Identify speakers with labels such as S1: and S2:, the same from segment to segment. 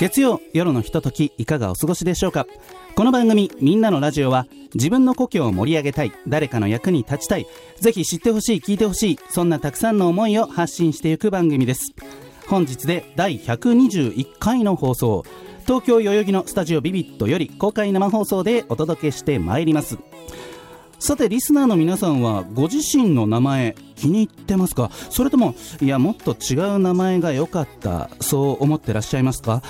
S1: 月曜夜のひとときいかがお過ごしでしょうかこの番組「みんなのラジオは」自分の故郷を盛り上げたい誰かの役に立ちたいぜひ知ってほしい聞いてほしいそんなたくさんの思いを発信していく番組です本日で第121回の放送東京代々木のスタジオビビットより公開生放送でお届けしてまいりますさてリスナーの皆さんはご自身の名前気に入ってますかそれともいやもっと違う名前が良かったそう思ってらっしゃいますか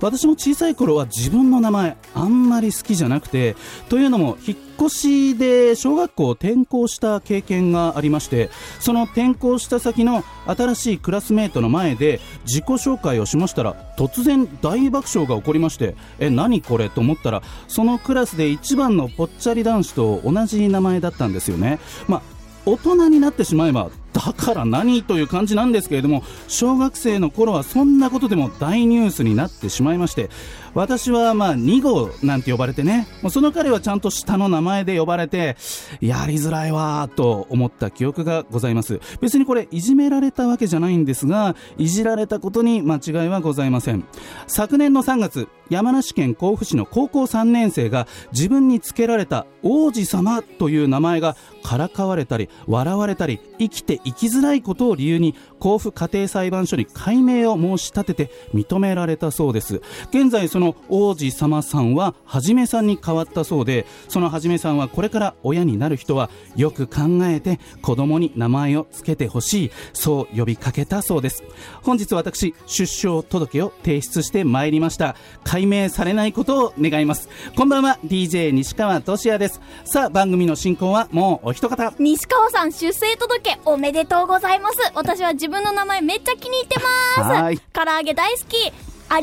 S1: 私も小さい頃は自分の名前あんまり好きじゃなくてというのも引っ越しで小学校を転校した経験がありましてその転校した先の新しいクラスメートの前で自己紹介をしましたら突然大爆笑が起こりましてえ何これと思ったらそのクラスで一番のぽっちゃり男子と同じ名前だったんですよねまあ大人になってしまえばだから何という感じなんですけれども小学生の頃はそんなことでも大ニュースになってしまいまして私はまあ2号なんて呼ばれてねもうその彼はちゃんと下の名前で呼ばれてやりづらいわーと思った記憶がございます別にこれいじめられたわけじゃないんですがいじられたことに間違いはございません昨年の3月山梨県甲府市の高校3年生が自分につけられた王子様という名前がからかわれたり笑われたり生きて生きづらいことを理由に甲府家庭裁判所に解明を申し立てて認められたそうです現在その王子様さんははじめさんに変わったそうでそのはじめさんはこれから親になる人はよく考えて子供に名前をつけてほしいそう呼びかけたそうです本日私出生届を提出してまいりました解明されないことを願いますこんばんは DJ 西川俊也ですさあ番組の進行はもうお一方
S2: 西川さん出生届おめでとうございます私は自分の名前めっちゃ気に入ってます
S1: はーい
S2: 唐揚げ大好き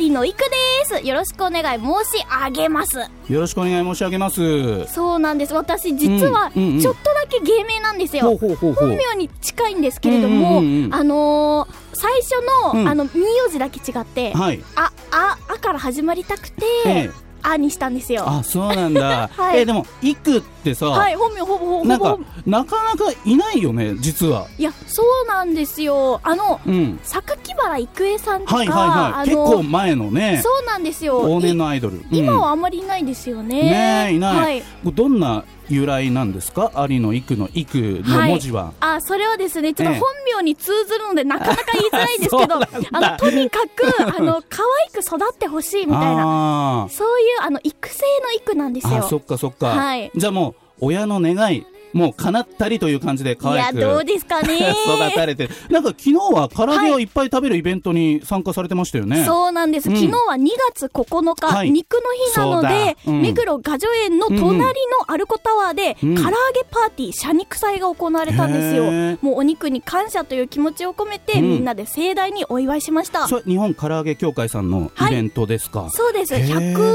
S2: 有野いくですよろしくお願い申し上げます
S1: よろしくお願い申し上げます
S2: そうなんです私実は
S1: うんうんうん
S2: ちょっとだけ芸名なんですよ、
S1: ほうほうほうほう
S2: 本名に近いんですけれども、
S1: うんうんうんうん
S2: あのー最初の、
S1: うん
S2: あの名字だけ違って、
S1: はい
S2: あああから始まりたくて、
S1: ええ
S2: あにしたんですよ
S1: あそうなんだ、
S2: はい
S1: えでも「いく」ってさ、
S2: はい本名ほぼほぼ
S1: なん
S2: ほ
S1: か
S2: ぼ
S1: なかなかいないよね実はい
S2: やそうなんですよあの
S1: うん
S2: 榊原郁恵さんとか、
S1: はいはいはい
S2: あ
S1: 結
S2: の
S1: 構前のね
S2: そうなんですよ。
S1: 往年
S2: い
S1: のアイドル
S2: 今
S1: うん
S2: はあんまりいないですよね。
S1: ねえいない、
S2: はい。
S1: どんな由来なんですか「有のいく」の「いく」の文字は、
S2: あ、それはですね、ちょっ
S1: ええ
S2: と本名に通ずるので、なかなか言いづらいんですけど、
S1: そうなんだ
S2: あの、とにかく、あの、可愛く育ってほしいみたいな、
S1: あー
S2: そういう、あの、育成の育なんです
S1: あ
S2: よ。
S1: そっかそっか、
S2: はい
S1: じゃあもう親の願いもう叶ったりという感じで可
S2: い
S1: 愛
S2: や、
S1: く
S2: どうですかね。
S1: 育たれてなんか昨日は唐揚げをいっぱい食べるイベントに参加されてましたよね、
S2: そうなんです、
S1: うん
S2: 昨日は2月9日、
S1: はい
S2: 肉の日なので、
S1: そうだうん
S2: 目黒雅叙園の隣のアルコタワーで、
S1: うん
S2: 唐揚げパーティー、社肉祭が行われたんですよ
S1: へー、
S2: もうお肉に感謝という気持ちを込めて、
S1: うん
S2: みんなで盛大にお祝いしました。
S1: それ日本唐揚げ協会さんのイベントですか、
S2: そうです
S1: へー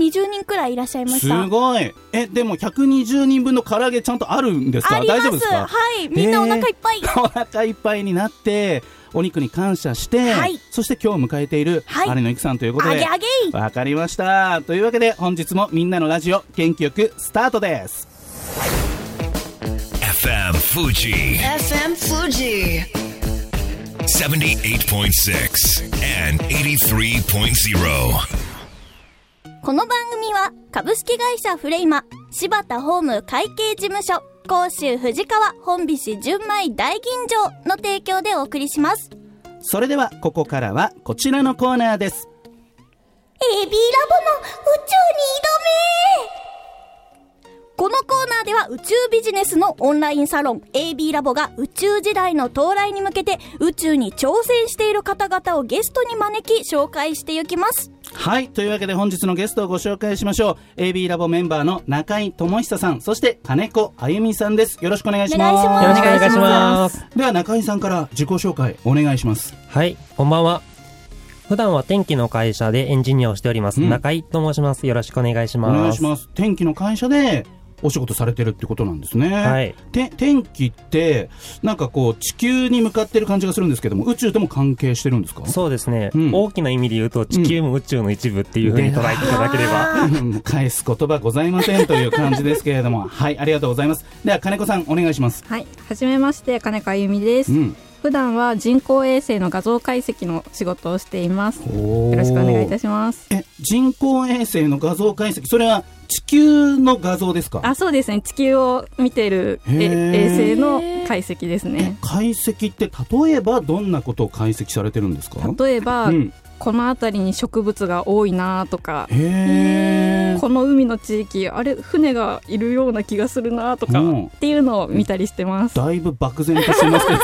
S2: 120人くらいいらっしゃいまし
S1: す
S2: た。
S1: ごいえでも120人分の唐揚げちゃんとあるんですか
S2: ありま
S1: 大丈夫ですすか
S2: はい、みんなお腹いっぱい。
S1: お腹いっぱいになってお肉に感謝して、
S2: はい
S1: そして今日迎えている
S2: はい
S1: 有野いくさんということ
S2: あ
S1: で
S2: げあげ
S1: わかりましたというわけで本日もみんなのラジオ元気よくスタートです
S3: FM Fuji.
S4: FM Fuji.
S3: 78.6 and 83.0.
S2: この番組は株式会社フレイマ柴田ホーム会計事務所甲州藤川本美市純米大吟醸の提供でお送りします
S1: それではここからはこちらのコーナーです
S2: エビラボの宇宙に挑めこのコーナーでは宇宙ビジネスのオンラインサロン AB ラボが宇宙時代の到来に向けて宇宙に挑戦している方々をゲストに招き紹介していきます。
S1: はいというわけで本日のゲストをご紹介しましょう AB ラボメンバーの中井智久さんそして金子あゆみさんですよろしくお願いします
S2: お願いします
S5: よろしくお願いします。
S1: では中井さんから自己紹介お願いします
S5: はい、こんばんは。普段は天気の会社でエンジニアをしております、
S1: うん
S5: 中井と申します。よろしくお願いし
S1: お
S5: ます。
S1: 願いします天気の会社でお仕事されてるってことなんですね。
S5: はい
S1: て天気ってなんかこう地球に向かってる感じがするんですけども宇宙とも関係してるんですか？
S5: そうですね、
S1: うん
S5: 大きな意味で言うと地球も宇宙の一部っていうふうに捉えていただければ、
S1: うん 返す言葉ございませんという感じですけれどもはいありがとうございます。では金子さんお願いします。
S6: はい、はじめまして、金子あゆみです。
S1: うん。
S6: 普段は人工衛星の画像解析の仕事をしています。よ
S1: よ
S6: ろしくお願いいた
S1: し
S6: します。
S1: ます。え人工衛星の画像解析それは地球の画像ですか？
S6: あ、そうですね。地球を見てるえ
S1: へー
S6: 衛星の解析ですね。
S1: 解析って例えばどんなことを解析されてるんですか？
S6: 例えば、
S1: うん。
S6: この辺りに植物が多いなとか、
S1: へー
S6: この海の地域あれ船がいるような気がするなとか、
S1: うん
S6: っていうのを見たりしてます。
S1: だいぶ漠然としてますけど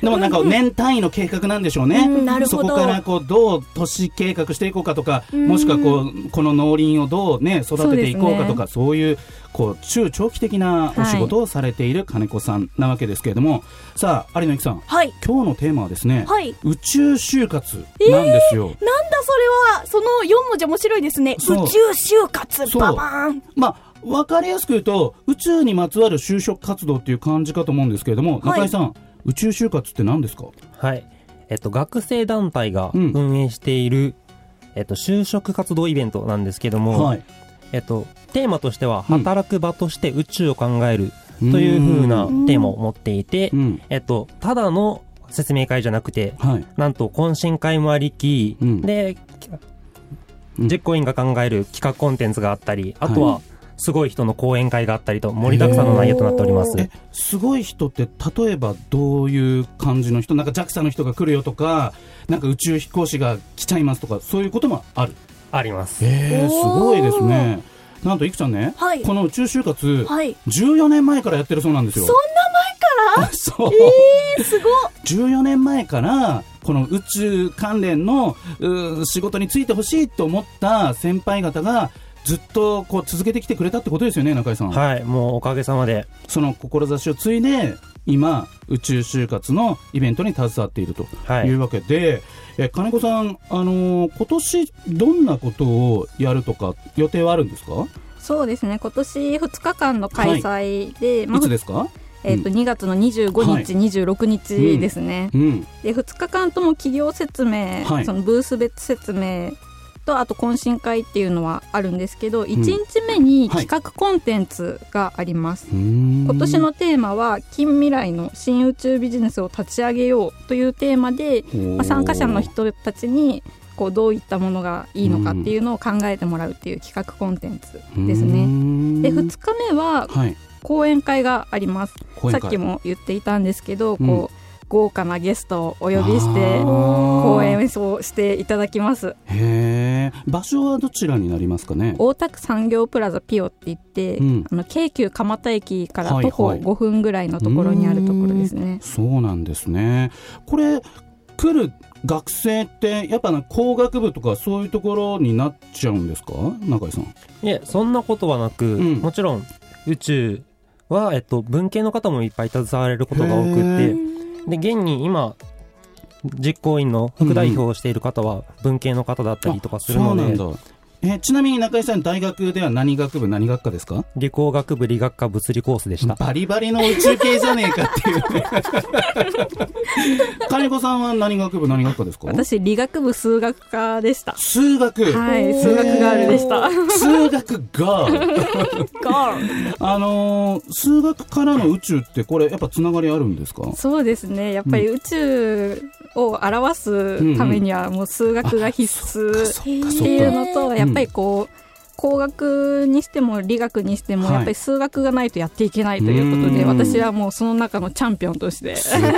S1: でもなんか年単位の計画なんでしょうね、
S2: なるほど
S1: そこからこうどう都市計画していこうかとか、もしくはこうこの農林をどう、ね、育てていこうかとかそう,、いうこう中長期的なお仕事をされている金子さんなわけですけれども、さあ有野由紀さん
S2: はい。
S1: 今日のテーマはですね、
S2: はい
S1: 宇宙就活なんですよ。
S2: なんだそれは、その4文字面白いですね。宇
S1: そう
S2: 宙就活、
S1: そう
S2: ババーン。
S1: まあ分かりやすく言うと宇宙にまつわる就職活動っていう感じかと思うんですけれども、
S2: はい
S1: 中井さん宇宙就活って何ですか
S5: はい。えっと、学生団体が
S1: うん
S5: 運営している、えっと、就職活動イベントなんですけども、
S1: はい
S5: えっと、テーマとしては、
S1: うん
S5: 働く場として宇宙を考えるという風なテーマを持っていて
S1: う、ん
S5: えっと、ただの説明会じゃなくて、
S1: はい
S5: なんと懇親会もありき、
S1: うん
S5: で、
S1: うん
S5: 実行委員が考える企画コンテンツがあったり、あとは、すごい人の講演会があったりと、盛りだくさんの内容となっております。
S1: えすごい人って例えばどういう感じの人なんか JAXA の人が来るよとかなんか宇宙飛行士が来ちゃいますとかそういうこともある
S5: あります。
S1: えー、すごいですねなんといくちゃんね、
S2: はい
S1: この宇宙就活、
S2: はい。
S1: 14年前からやってるそうなんですよ
S2: そんな前から
S1: あ そう、
S2: えー、すごっ。
S1: 14年前からこの宇宙関連のうー仕事についてほしいと思った先輩方がずっとこう続けてきてくれたってことですよね中井さん
S5: はい、もうおかげさまで、
S1: その志を継いで今宇宙就活のイベントに携わっていると
S5: はい
S1: いうわけで、え金子さん、あのー今年どんなことをやるとか予定はあるんですか
S6: そうですね。今年2日間の開催で、まあ
S1: いつですか、
S6: えっ、と2月の25日、26日ですね。
S1: うん、
S6: で2日間とも企業説明、
S1: はい
S6: そのブース別説明とあと懇親会っていうのはあるんですけど1日目に企画コンテンツがあります、今
S1: 今
S6: 年のテーマは「近未来の新宇宙ビジネスを立ち上げよう」というテーマで、まあ、参加者の人たちにこうどういったものがいいのかっていうのを考えてもらうっていう企画コンテンツですね。
S1: ね
S6: で2日目は
S1: はい、
S6: 講演会があります
S1: 講演
S6: さ
S1: 会
S6: っきも言っていたんですけど、
S1: うん
S6: こう豪華なゲストをお呼びして
S1: あー
S6: 講演をしていただきます
S1: へえ場所はどちらになりますかね
S6: 大田区産業プラザピオって言って、
S1: うん
S6: あの京急蒲田駅から
S1: はい
S6: 徒歩
S1: はい
S6: 5分ぐらいのところにあるところですね、
S1: そうなんですねこれ来る学生ってやっぱな工学部とかそういうところになっちゃうんですか中井さん
S5: いえ、そんなことはなく、
S1: ん
S5: もちろん宇宙は、えっと、文系の方もいっぱい携われることが多
S1: へ
S5: くて、で、現に今、実行委員の副代表をしている方は文系の方だったりとかする
S1: あ
S5: の
S1: そうなん
S5: で、
S1: だえちなみに中井さん大学では何学部何学科ですか
S5: 理工学部理学科物理コースでした。
S1: バリバリの宇宙系じゃねえかっていう 金子さんは何学部何学科ですか
S6: 私理学部数学科でした
S1: 数学
S6: はい数学ガールでした
S1: 数学があのー数学からの宇宙ってこれやっぱつながりあるんですか
S6: そうですねやっぱり宇宙を表すためにはもう数学が必須、
S1: っかそっか
S6: っていうのと
S1: ん
S6: やっぱりこう、工学にしても理学にしても
S1: はい
S6: やっぱり数学がないとやっていけないということで、
S1: うん
S6: 私はもうその中のチャンピオンとして
S1: すごい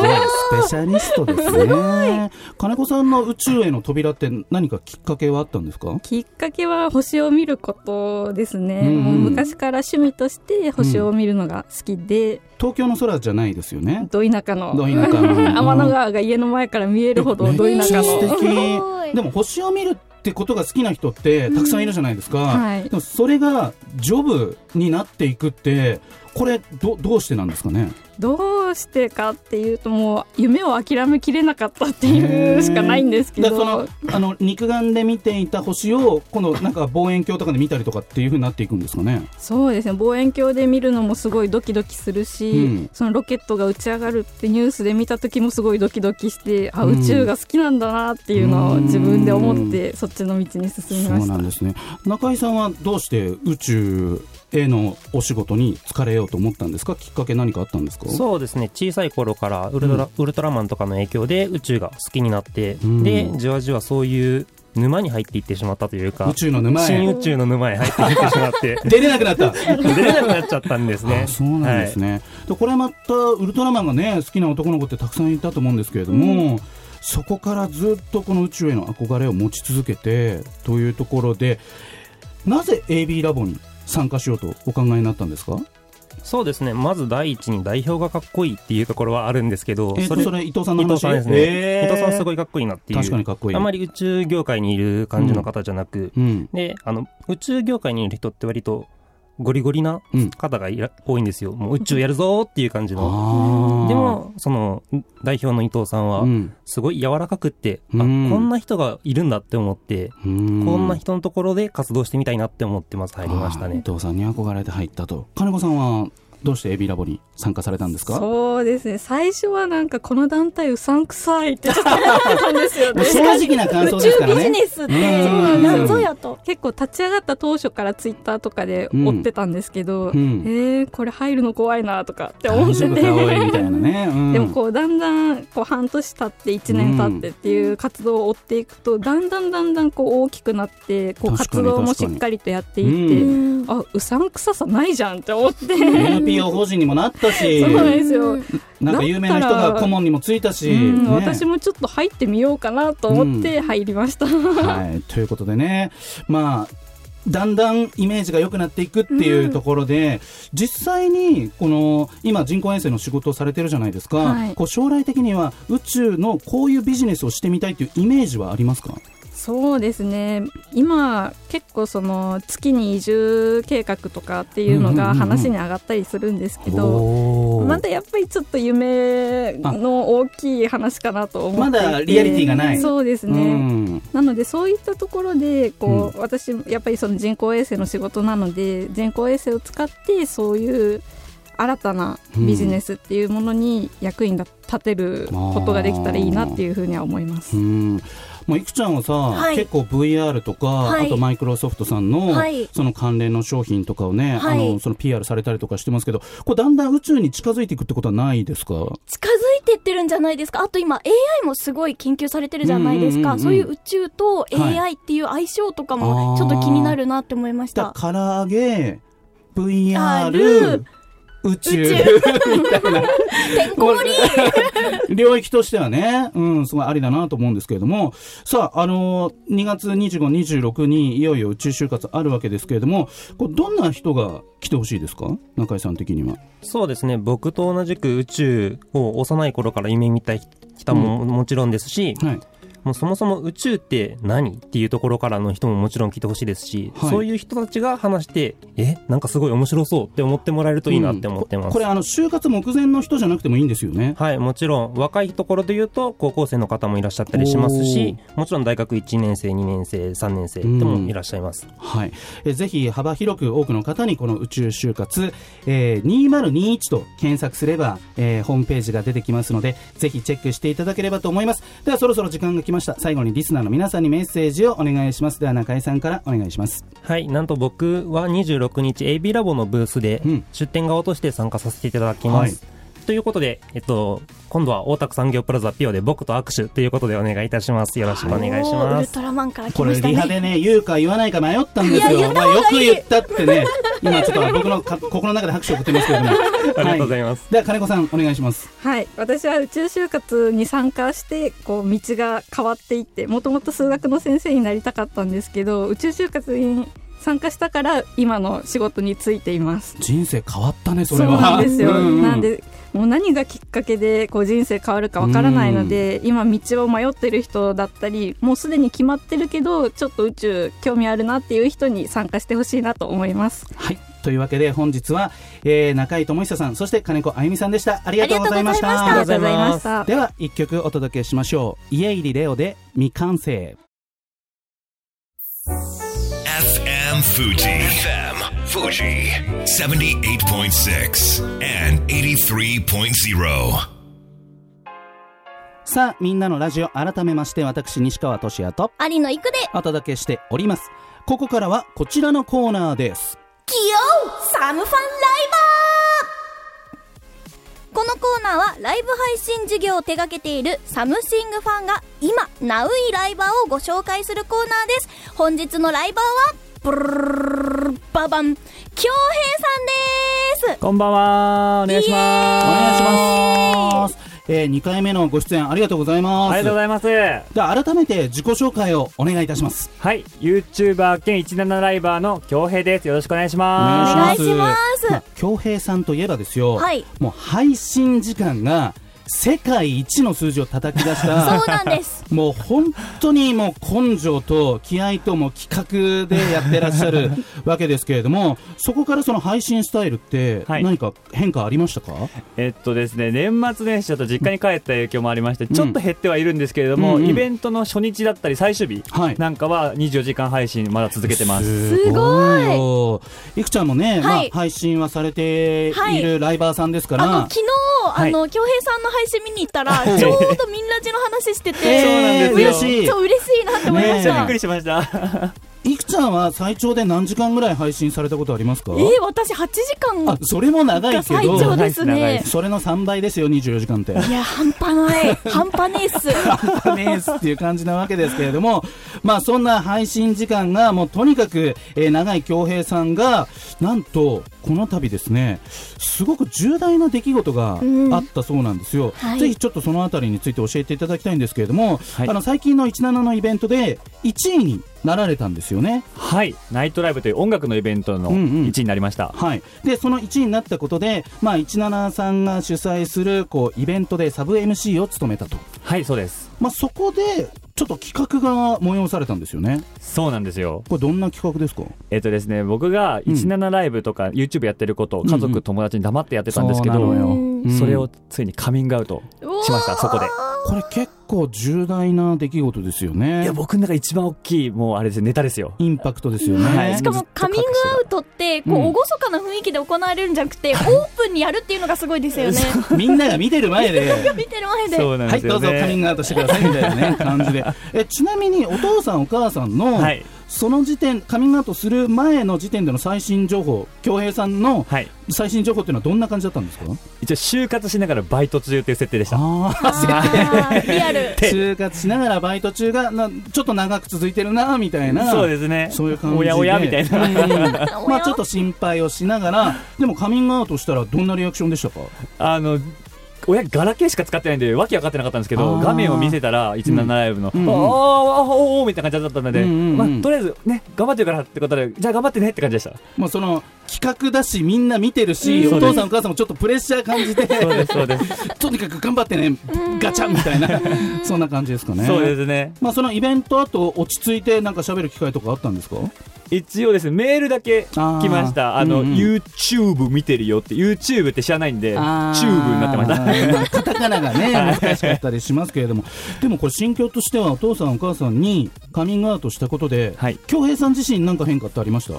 S1: スペシャリストですね金子さんの宇宙への扉って何かきっかけはあったんですか
S6: きっかけは星を見ることですね、
S1: うん
S6: もう昔から趣味として星を見るのが好きで、
S1: 東京の空じゃないですよね
S6: ど田舎の
S1: ど田舎の
S6: 天の川が家の前から見えるほどど
S1: めっ
S6: 田
S1: ち
S6: 舎
S1: ゃ
S6: の
S1: 素
S2: ご
S1: 敵
S2: い
S1: でも星を見るってことが好きな人ってたくさんいるじゃないですか、
S6: はい
S1: でもそれがジョブになっていくってこれどどうしてなんですかね
S6: どうしてかっていうともう夢を諦めきれなかったっていうしかないんですけ
S1: でその
S6: ど
S1: あの肉眼で見ていた星をこのなんか望遠鏡とかで見たりとかっていうふうになっていくんですかね。
S6: そうですね望遠鏡で見るのもすごいドキドキするし、
S1: うん
S6: そのロケットが打ち上がるってニュースで見た時もすごいドキドキしてあ
S1: うん
S6: 宇宙が好きなんだなっていうのを自分で思ってそっちの道に進み
S1: そ
S6: ま
S1: う
S6: し
S1: な
S6: た
S1: んですね中井さんはどうして宇宙へのお仕事に疲れようと思ったんですかきっかけ何かあったんですか
S5: そうですね小さい頃からウルトラ、ウルトラマンとかの影響で宇宙が好きになって、
S1: ん
S5: でじわじわそういう沼に入っていってしまったというか
S1: 宇宙の沼
S5: 新
S1: へ
S5: 宇宙の沼へ入っていってしまって
S1: 出れなくなった
S5: 出れなくなっちゃったんですね
S1: あそうなんですね、でこれまたウルトラマンがね好きな男の子ってたくさんいたと思うんですけれども、そこからずっとこの宇宙への憧れを持ち続けてというところでなぜ AB ラボに参加しようとお考えになったんですか
S5: そうですねまず第一に代表がかっこいいっていうところはあるんですけど
S1: えそれそれ伊藤さんの
S5: 伊
S1: 話
S5: 藤さんですね、
S1: えー
S5: 伊藤さんすごいかっこいいなっていう
S1: 確かにかっこいい
S5: あまり宇宙業界にいる感じの方じゃなく、
S1: うん
S5: であの宇宙業界にいる人って割とゴリゴリな
S1: うん
S5: 方がいら、多いんですよもう宇宙やるぞーっていう感じの
S1: あー
S5: でもその代表の伊藤さんは
S1: うん
S5: すごい柔らかくって、あ
S1: うん
S5: こんな人がいるんだって思って、
S1: うー
S5: こんな人のところで活動してみたいなって思ってます入りました
S1: あー伊
S5: ね
S1: 藤さんに憧れて入ったと金子さんはどうして AB ラボに参加されたんですか
S6: そうですね最初はなんかこの団体うさんくさいってちょっと思ってたんですよ
S1: も
S6: ね
S1: う正直な感
S2: 宇
S1: 想ですか
S2: 宙
S1: ら
S2: ビジ
S1: ね
S2: ネスっ
S1: う
S2: て
S1: ん
S2: 謎やと。
S6: 結構立ち上がった当初からツイッターとかで追ってたんですけど、
S1: うん
S6: えー、これ入るの怖いなとかって思
S1: 大
S6: っ
S1: 丈
S6: て
S1: 夫
S6: て
S1: かおいみたいなね、うん
S6: でもこうだんだんこう半年経って1年経ってっていう活動を追っていくとだんだんだんだんこう大きくなってこう
S1: 確かに
S6: 活動もしっかりとやっていって
S2: うん
S6: あうさんくささないじゃんって思って
S1: NPO 法人にもなったし
S6: そうなんですよ、
S1: なんか有名な人
S6: だった
S1: が
S6: ら
S1: 顧問にもついたし、
S6: うん
S1: ね
S6: 私もちょっと入ってみようかなと思って入りま した、
S1: はい、ということでね、まあ、だんだんイメージが良くなっていくっていうところで、実際にこの今、人工衛星の仕事をされてるじゃないですか、
S6: はい
S1: こう将来的には宇宙のこういうビジネスをしてみたいというイメージはありますか、
S6: そうですね今結構その月に移住計画とかっていうの
S1: うんうんう
S6: が
S1: んうん
S6: 話に上がったりするんですけど、
S1: おー
S6: まだやっぱりちょっと夢の大きい話かなと思ってい
S1: ま
S6: て
S1: だリアリティがない
S6: そうです
S1: う
S6: ね、
S1: ん
S6: なのでそういったところでこう、私やっぱりその人工衛星の仕事なので人工衛星を使ってそういう新たなビジネスっていうものに役に立てることができたらいいなっていうふうには思います
S1: う。んもういくちゃんはさ、
S2: はい
S1: 結構 VR とか、
S2: はい
S1: あとマイクロソフトさんの、
S2: はい
S1: その関連の商品とかをね、
S2: はい
S1: あのその PR されたりとかしてますけどこれだんだん宇宙に近づいていくってことはないですか
S2: 近づいてってるんじゃないですか。あと今 AI もすごい研究されてるじゃないです
S1: うんうんうんう
S2: か。
S1: ん
S2: そういう宇宙と
S1: はい
S2: AI っていう相性とか
S1: あ
S2: も
S1: ー
S2: ちょっと気になるなって思いまし
S1: だ
S2: た。
S1: から唐揚げ VR
S2: R
S1: 宇宙
S2: 宇
S1: み たいな
S2: てんこ盛り
S1: 領域としてはね、うん、すごいありだなと思うんですけれども、さあ、あのー、2月25、26にいよいよ宇宙就活あるわけですけれども、こうどんな人が来てほしいですか中井さん的には。
S5: そうですね僕と同じく宇宙を幼い頃から夢見た人ももちろんですし、
S1: はい。
S5: もうそもそも宇宙って何っていうところからの人ももちろん聞いてほしいですし、
S1: はい
S5: そういう人たちが話してえなんかすごい面白そうって思ってもらえるといいなって思ってます、
S1: これ、あの、就活目前の人じゃなくてもいいんですよね。
S5: はいもちろん若いところで言うと高校生の方もいらっしゃったりしますしもちろん大学1年生2年生3年生でもいらっしゃいます、
S1: はい。えぜひ、幅広く多くの方に、この宇宙就活、えー2021と検索すれば、えーホームページが出てきますので、ぜひチェックしていただければと思います。では、そろそろ時間が来ました。最後にリスナーの皆さんにメッセージをお願いします。では、中井さんからお願いします。
S5: はいなんと僕は26日 AB ラボのブースで
S1: うん
S5: 出店側として参加させていただきます、ということで、えっと、今度は大田区産業プラザピオで僕と握手ということでお願いいたします。よろしくお願いし
S2: おーウ
S5: ま
S2: ル
S5: す。
S2: トラマンから来
S1: こ
S2: ま
S1: れ
S2: した
S1: リハ
S2: ね。
S1: でね言うか言わないか迷ったんです
S2: いや言
S1: よ。
S2: った
S1: まあ
S2: 方がいい
S1: よく言ったってね。今ちょっと僕のか心の中で拍手を送ってますけども。
S5: ありがとうござい
S1: は
S5: ます。
S1: では金子さんお願いします。
S6: はい、私は宇宙就活に参加してこう道が変わっていってもともと数学の先生になりたかったんですけど宇宙就活に参加したから今の仕事に就いています。
S1: 人生変わったねそうれは。
S6: なんですよ、
S1: うんうん
S6: なんでもう何がきっかけでこう人生変わるかわからないので、今道を迷ってる人だったりもうすでに決まってるけどちょっと宇宙興味あるなっていう人に参加してほしいなと思います。
S1: はいというわけで本日は、えー中井智久さんそして金子あゆみさんでしたありがとうございました
S2: ありがとうございました
S6: ありがとうございました。
S1: では一曲お届けしましょう家入りレオで未完成
S3: FM Fuji. FM Fuji. 78.6 and 83.0.
S1: さあみんなのラジオ改めまして私西川俊也と
S2: 有野いくで
S1: お届けしておりますここからはこちらのコーナーです
S2: 起用サムファンライバーこのコーナーはライブ配信事業を手掛けているサムシングファンが今ナウイライバーをご紹介するコーナーです本日のライバーはブルルルルババン京平さんです
S5: こんばんはお願いし
S1: お
S5: ます
S1: 願いします。えー、2回目のご出演ありがとうございます。
S5: ありがとうございます
S1: では改めて自己紹介をお願いいたします。
S5: はい YouTuber 兼17ライバーの京平ですよろしくお願いします
S2: 願いします
S1: あ京平さんといえばですよ、
S2: はい
S1: もう配信時間が世界一の数字を叩き出し
S2: そ
S1: た
S2: う。なん です
S1: もう本当にもう根性と気合ともう企画でやってらっし ゃるわけですけれどもそこからその配信スタイルって
S7: はい
S1: 何か変化ありましたか、
S7: えっとですね、年末年始だと実家に帰った影響もありまして、ちょっと減ってはいるんですけれども、
S1: うんうん
S7: イベントの初日だったり最終日
S1: はい
S7: なんかは24時間配信まだ続けてます。
S2: すごい
S1: よいくちゃんも
S2: はい
S1: ね、まあ、配信はされているライバーさんですか
S2: あの
S1: ら
S2: 昨、日あの京平さんの配信見に行ったらちょうどみんなちの話してて
S1: えー
S7: そうなんですよ
S1: 嬉し
S2: 超嬉しいなって思いま
S7: めっ
S2: し
S7: ちゃびったくりしました。
S1: いいくちゃんは最長で何時間ぐらい配信されたことありますか、
S2: えー私8時間
S1: あそれも長い
S2: が
S1: け
S2: 最長
S1: ど
S2: です
S7: 長い
S2: ね
S7: で。
S1: それの3倍ですよ24時間って。
S2: いや、半端ない。半端ねえっす。
S1: ねえっすっていう感じなわけですけれども、まあそんな配信時間がもうとにかく、えー長い京平さんが、なんとこの度ですね、すごく重大な出来事が
S2: うん
S1: あったそうなんですよ。
S2: はい
S1: ぜひちょっとそのあたりについて教えていただきたいんですけれども、
S7: い
S1: あの最近の17のイベントで1位になられたんですよね。
S7: はい、ナイトライブという音楽のイベントの
S1: うんうん
S7: 1位になりました。
S1: はい、でその1位になったことで、まあ、17さんが主催するこうイベントでサブ MC を務めたと、
S7: はい、そうです。
S1: まあ、そこでちょっと企画が催されたんですよね。
S7: そうなんですよ。
S1: これどんな企画ですか
S7: えっとですね、僕が17ライブとか YouTube やってることを
S1: う
S7: 家
S1: んう
S7: 族、
S1: ん
S7: 友達に黙ってやってたんですけ
S1: そうな
S7: ど
S1: の、よ
S7: それをついにカミングアウトしました、そこで。
S1: これ結構重大な出来事ですよね
S7: いや、僕の中で一番大きい、もうあれですね、ネタですよ。
S1: インパクトですよね、
S7: はい
S2: しかもカミングアウトってこう
S1: うん
S2: 厳かな雰囲気で行われるんじゃなくて、オープンにやるっていうのがすごいですよね。
S1: みんなが見てる前で
S2: 見てる前で。
S7: そうなん
S1: は
S7: で
S1: い
S7: す
S1: ど
S7: よ
S1: うぞ
S7: ね。
S1: カミングアウトしてくださいみたいな ね感じでえちなみにお父さんお母さんの、
S7: はい
S1: その時点カミングアウトする前の時点での最新情報恭平さんの
S7: はい。
S1: 最新情報っていうのはどんな感じだったんですか
S7: 一応、就活しながらバイト中という設定でした。
S1: あー
S2: あーリアル。
S1: 就活しながらバイト中がなちょっと長く続いてるなみたいな
S7: そうですね。
S1: そういう感じで
S7: おやおやみたいな。
S1: なまあちょっと心配をしながらでもカミングアウトしたらどんなリアクションでしたか
S7: あの、親ガラケーしか使ってないんで、わけわかってなかったんですけど、
S1: あー
S7: 画面を見せたら、17ライブの、
S1: うんうん
S7: おーおーおーおーみたいな感じだったので、
S1: うんうんうん
S7: まあ、とりあえずね、頑張ってるからってことで、じゃあ頑張ってねって感 じでした。
S1: もうその企画だしみんな見てるし、お父さんお母さんもちょっとプレッシャー感じて
S7: そうです、そうです。
S1: とにかく頑張ってねガチャンみたいなそんな感じですかね
S7: そうですね。
S1: まあそのイベント後落ち着いてなんか喋る機会とかあったんですか
S7: 一応ですね、メールだけ
S1: あー
S7: 来ました。あの、
S1: うんうん
S7: YouTube 見てるよって、YouTube って知らないんで、チュ
S1: あー
S7: ーブになってました。
S1: まあカタカナがね難しかったりしますけれどもでもこれ心境としてはお父さんお母さんにカミングアウトしたことで
S7: はい
S1: 恭平さん自身なんか変化ってありました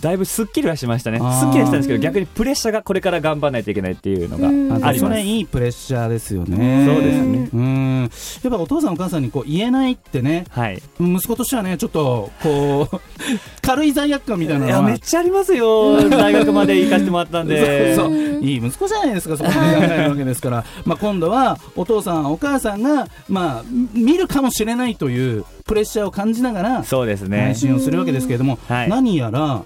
S7: だいぶすっきりはしましたね。す
S1: あー
S7: っきりはしたんですけど、逆にプレッシャーがこれから頑張らないといけないっていうのがあり
S1: そ
S7: ま
S1: れ
S7: す。
S1: いいプレッシャーですよね
S7: そうですね
S1: うんやっぱお父さんお母さんにこう言えないってね
S7: はい。
S1: 息子としてはねちょっとこう 軽い罪悪感みたいないの
S7: や、
S1: は
S7: めっちゃあります よ。大学まで行かせてもらったんで。
S1: そうそういい息子じゃないですかそこまで考えるわけですからまあ今度はお父さんお母さんがまあ見るかもしれないというプレッシャーを感じながら
S7: そうですね
S1: 配。信をするわけですけれども、
S7: はい
S1: 何やら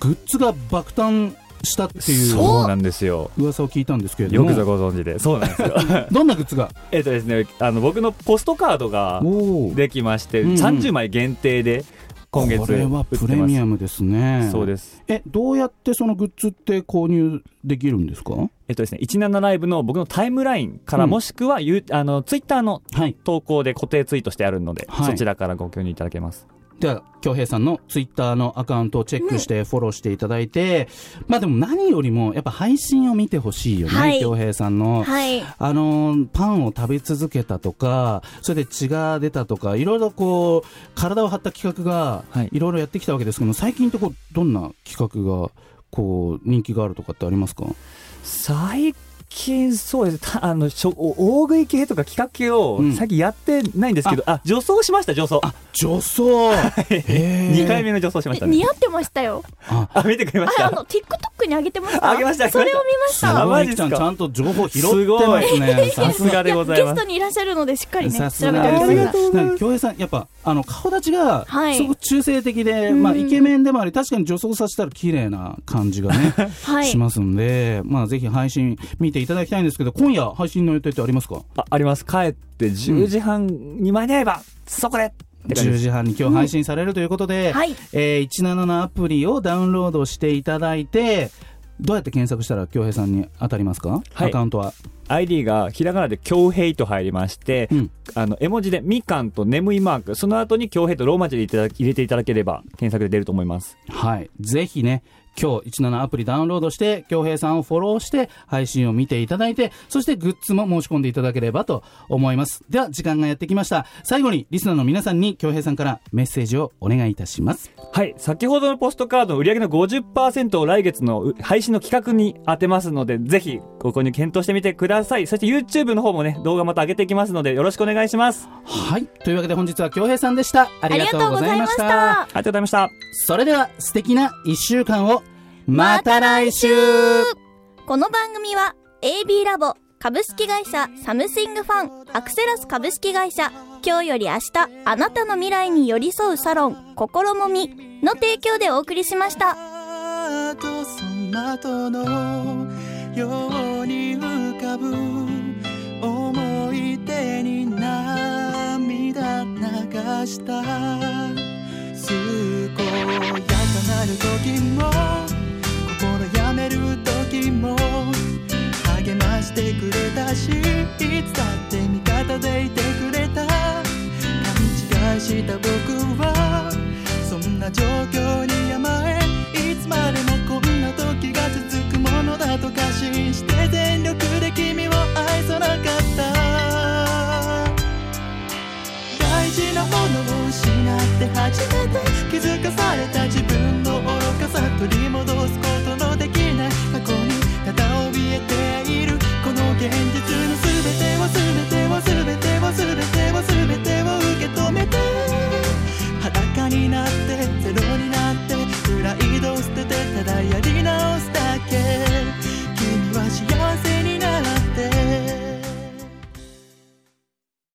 S1: グッズが爆誕したっていう
S7: そうなんですよ。
S1: 噂を聞いたんですけれど
S7: よ
S1: も
S7: くぞご存知で。そうなんです よ。
S1: どんなグッズが
S7: えっとですね、あの、僕のポストカードが
S1: おー
S7: できまして、
S1: うんうん
S7: 30枚限定で今月売っ
S1: こ
S7: て
S1: れ
S7: ま
S1: は
S7: す。
S1: プレミアムですね
S7: そうです。
S1: えどうやってそのグッズって購入できるんですか
S7: えっとですね、17ライブの僕のタイムラインから、
S1: うん
S7: もしくは、ゆあの、ツイッターの
S1: はい
S7: 投稿で固定ツイートしてあるので、
S1: はい
S7: そちらからご購入いただけます。
S1: では、京平さんのツイッターのアカウントをチェックしてフォローしていただいて、まあでも何よりもやっぱ配信を見てほしいよね、
S2: はい
S1: 京平さんの。
S2: はい。
S1: あのーパンを食べ続けたとか、それで血が出たとか、いろいろこう、体を張った企画が
S7: はい、
S1: いろいろやってきたわけですけども、最近ってこう、どんな企画が、こう、人気があるとかってありますか
S7: 最近そうですたあのしょお大食い系とか企画系を
S1: うん
S7: 最近やってないんですけど、あ女装しました女装
S1: 女 装
S7: 2
S1: !2
S7: 回目の女装しましたね
S2: 似合ってましたよ。
S7: あ見てくれまし
S2: あれ、あ
S7: た
S2: の、TikTok に上げてました。
S7: 上げました上げました
S2: それを見まし
S1: す
S2: た。
S7: あ
S1: ご
S7: マ
S1: い、
S7: ジ
S1: ゆ
S7: っ
S1: き
S7: す
S1: ちゃ
S7: か
S1: ん、ちゃんと情報拾ってますね。
S7: さすがでござい
S2: ゲ
S7: ま
S2: ス
S7: す
S2: トにいらっしゃるので、しっかりね、調
S1: さ
S2: べ
S1: すが
S2: てあ
S1: で
S2: げて
S1: す
S2: く
S1: ね
S2: ださい。
S1: なんか京平さん、やっぱ、あの、顔立ちが、
S2: はい
S1: すごく中性的で、
S2: うん
S1: まあ、イケメンでもあり、確かに女装させたら綺麗な感じがね、
S2: は
S1: し
S2: い。
S1: ますんで、まあ、ぜひ配信見ていただきたいんですけど、今夜配信の予定ってありますか
S7: ああります帰って10時半に間に合えば、そこでって感じ
S1: ?10
S7: です
S1: 時半に今日配信されるということで、
S2: はい。
S1: えー17のアプリをダウンロードしていただいて、どうやって検索したら京平さんに当たりますか、
S7: は
S1: ア
S7: い
S1: カウントは。
S7: ID がひらがなで京平と入りまして、
S1: うん
S7: あの絵文字でみかんと眠いマークその後に京平とローマ字でいただ入れていただければ検索で出ると思います
S1: はい。ぜひね、今日17アプリダウンロードして、京平さんをフォローして、配信を見ていただいて、そしてグッズも申し込んでいただければと思います。では、時間がやってきました。最後に、リスナーの皆さんに京平さんからメッセージをお願いいたします。
S7: はい先ほどのポストカードの売り上げの50%を来月のう配信の企画に当てますのでぜひここに検討してみてくださいそして YouTube の方もね動画また上げていきますのでよろしくお願いします
S1: はい。というわけで本日は京平さんでした。あ
S2: あり
S1: りが
S2: が
S1: と
S2: と
S1: う
S2: う
S1: ご
S2: ご
S1: ざ
S2: ざ
S1: い
S2: い
S1: ま
S2: ま
S1: し。
S2: したた。
S7: ありがとうございました
S1: それでは、素敵な1週間を、また来週
S2: この番組は AB ラボ株式会社サムシングファンアクセラス株式会社今日より明日あなたの未来に寄り添うサロン心もみの提供でお送りしました。
S8: とその後のように浮かぶ思い出に涙流した健やかなる時も心やめる時も励ましてくれたしいつだって味方でいてくれた勘違いした僕はそんな状況に甘えいつまでもこんな時が続くものだと過信して全力で君を愛さなかった大事なものを失って初めて気づかされた自分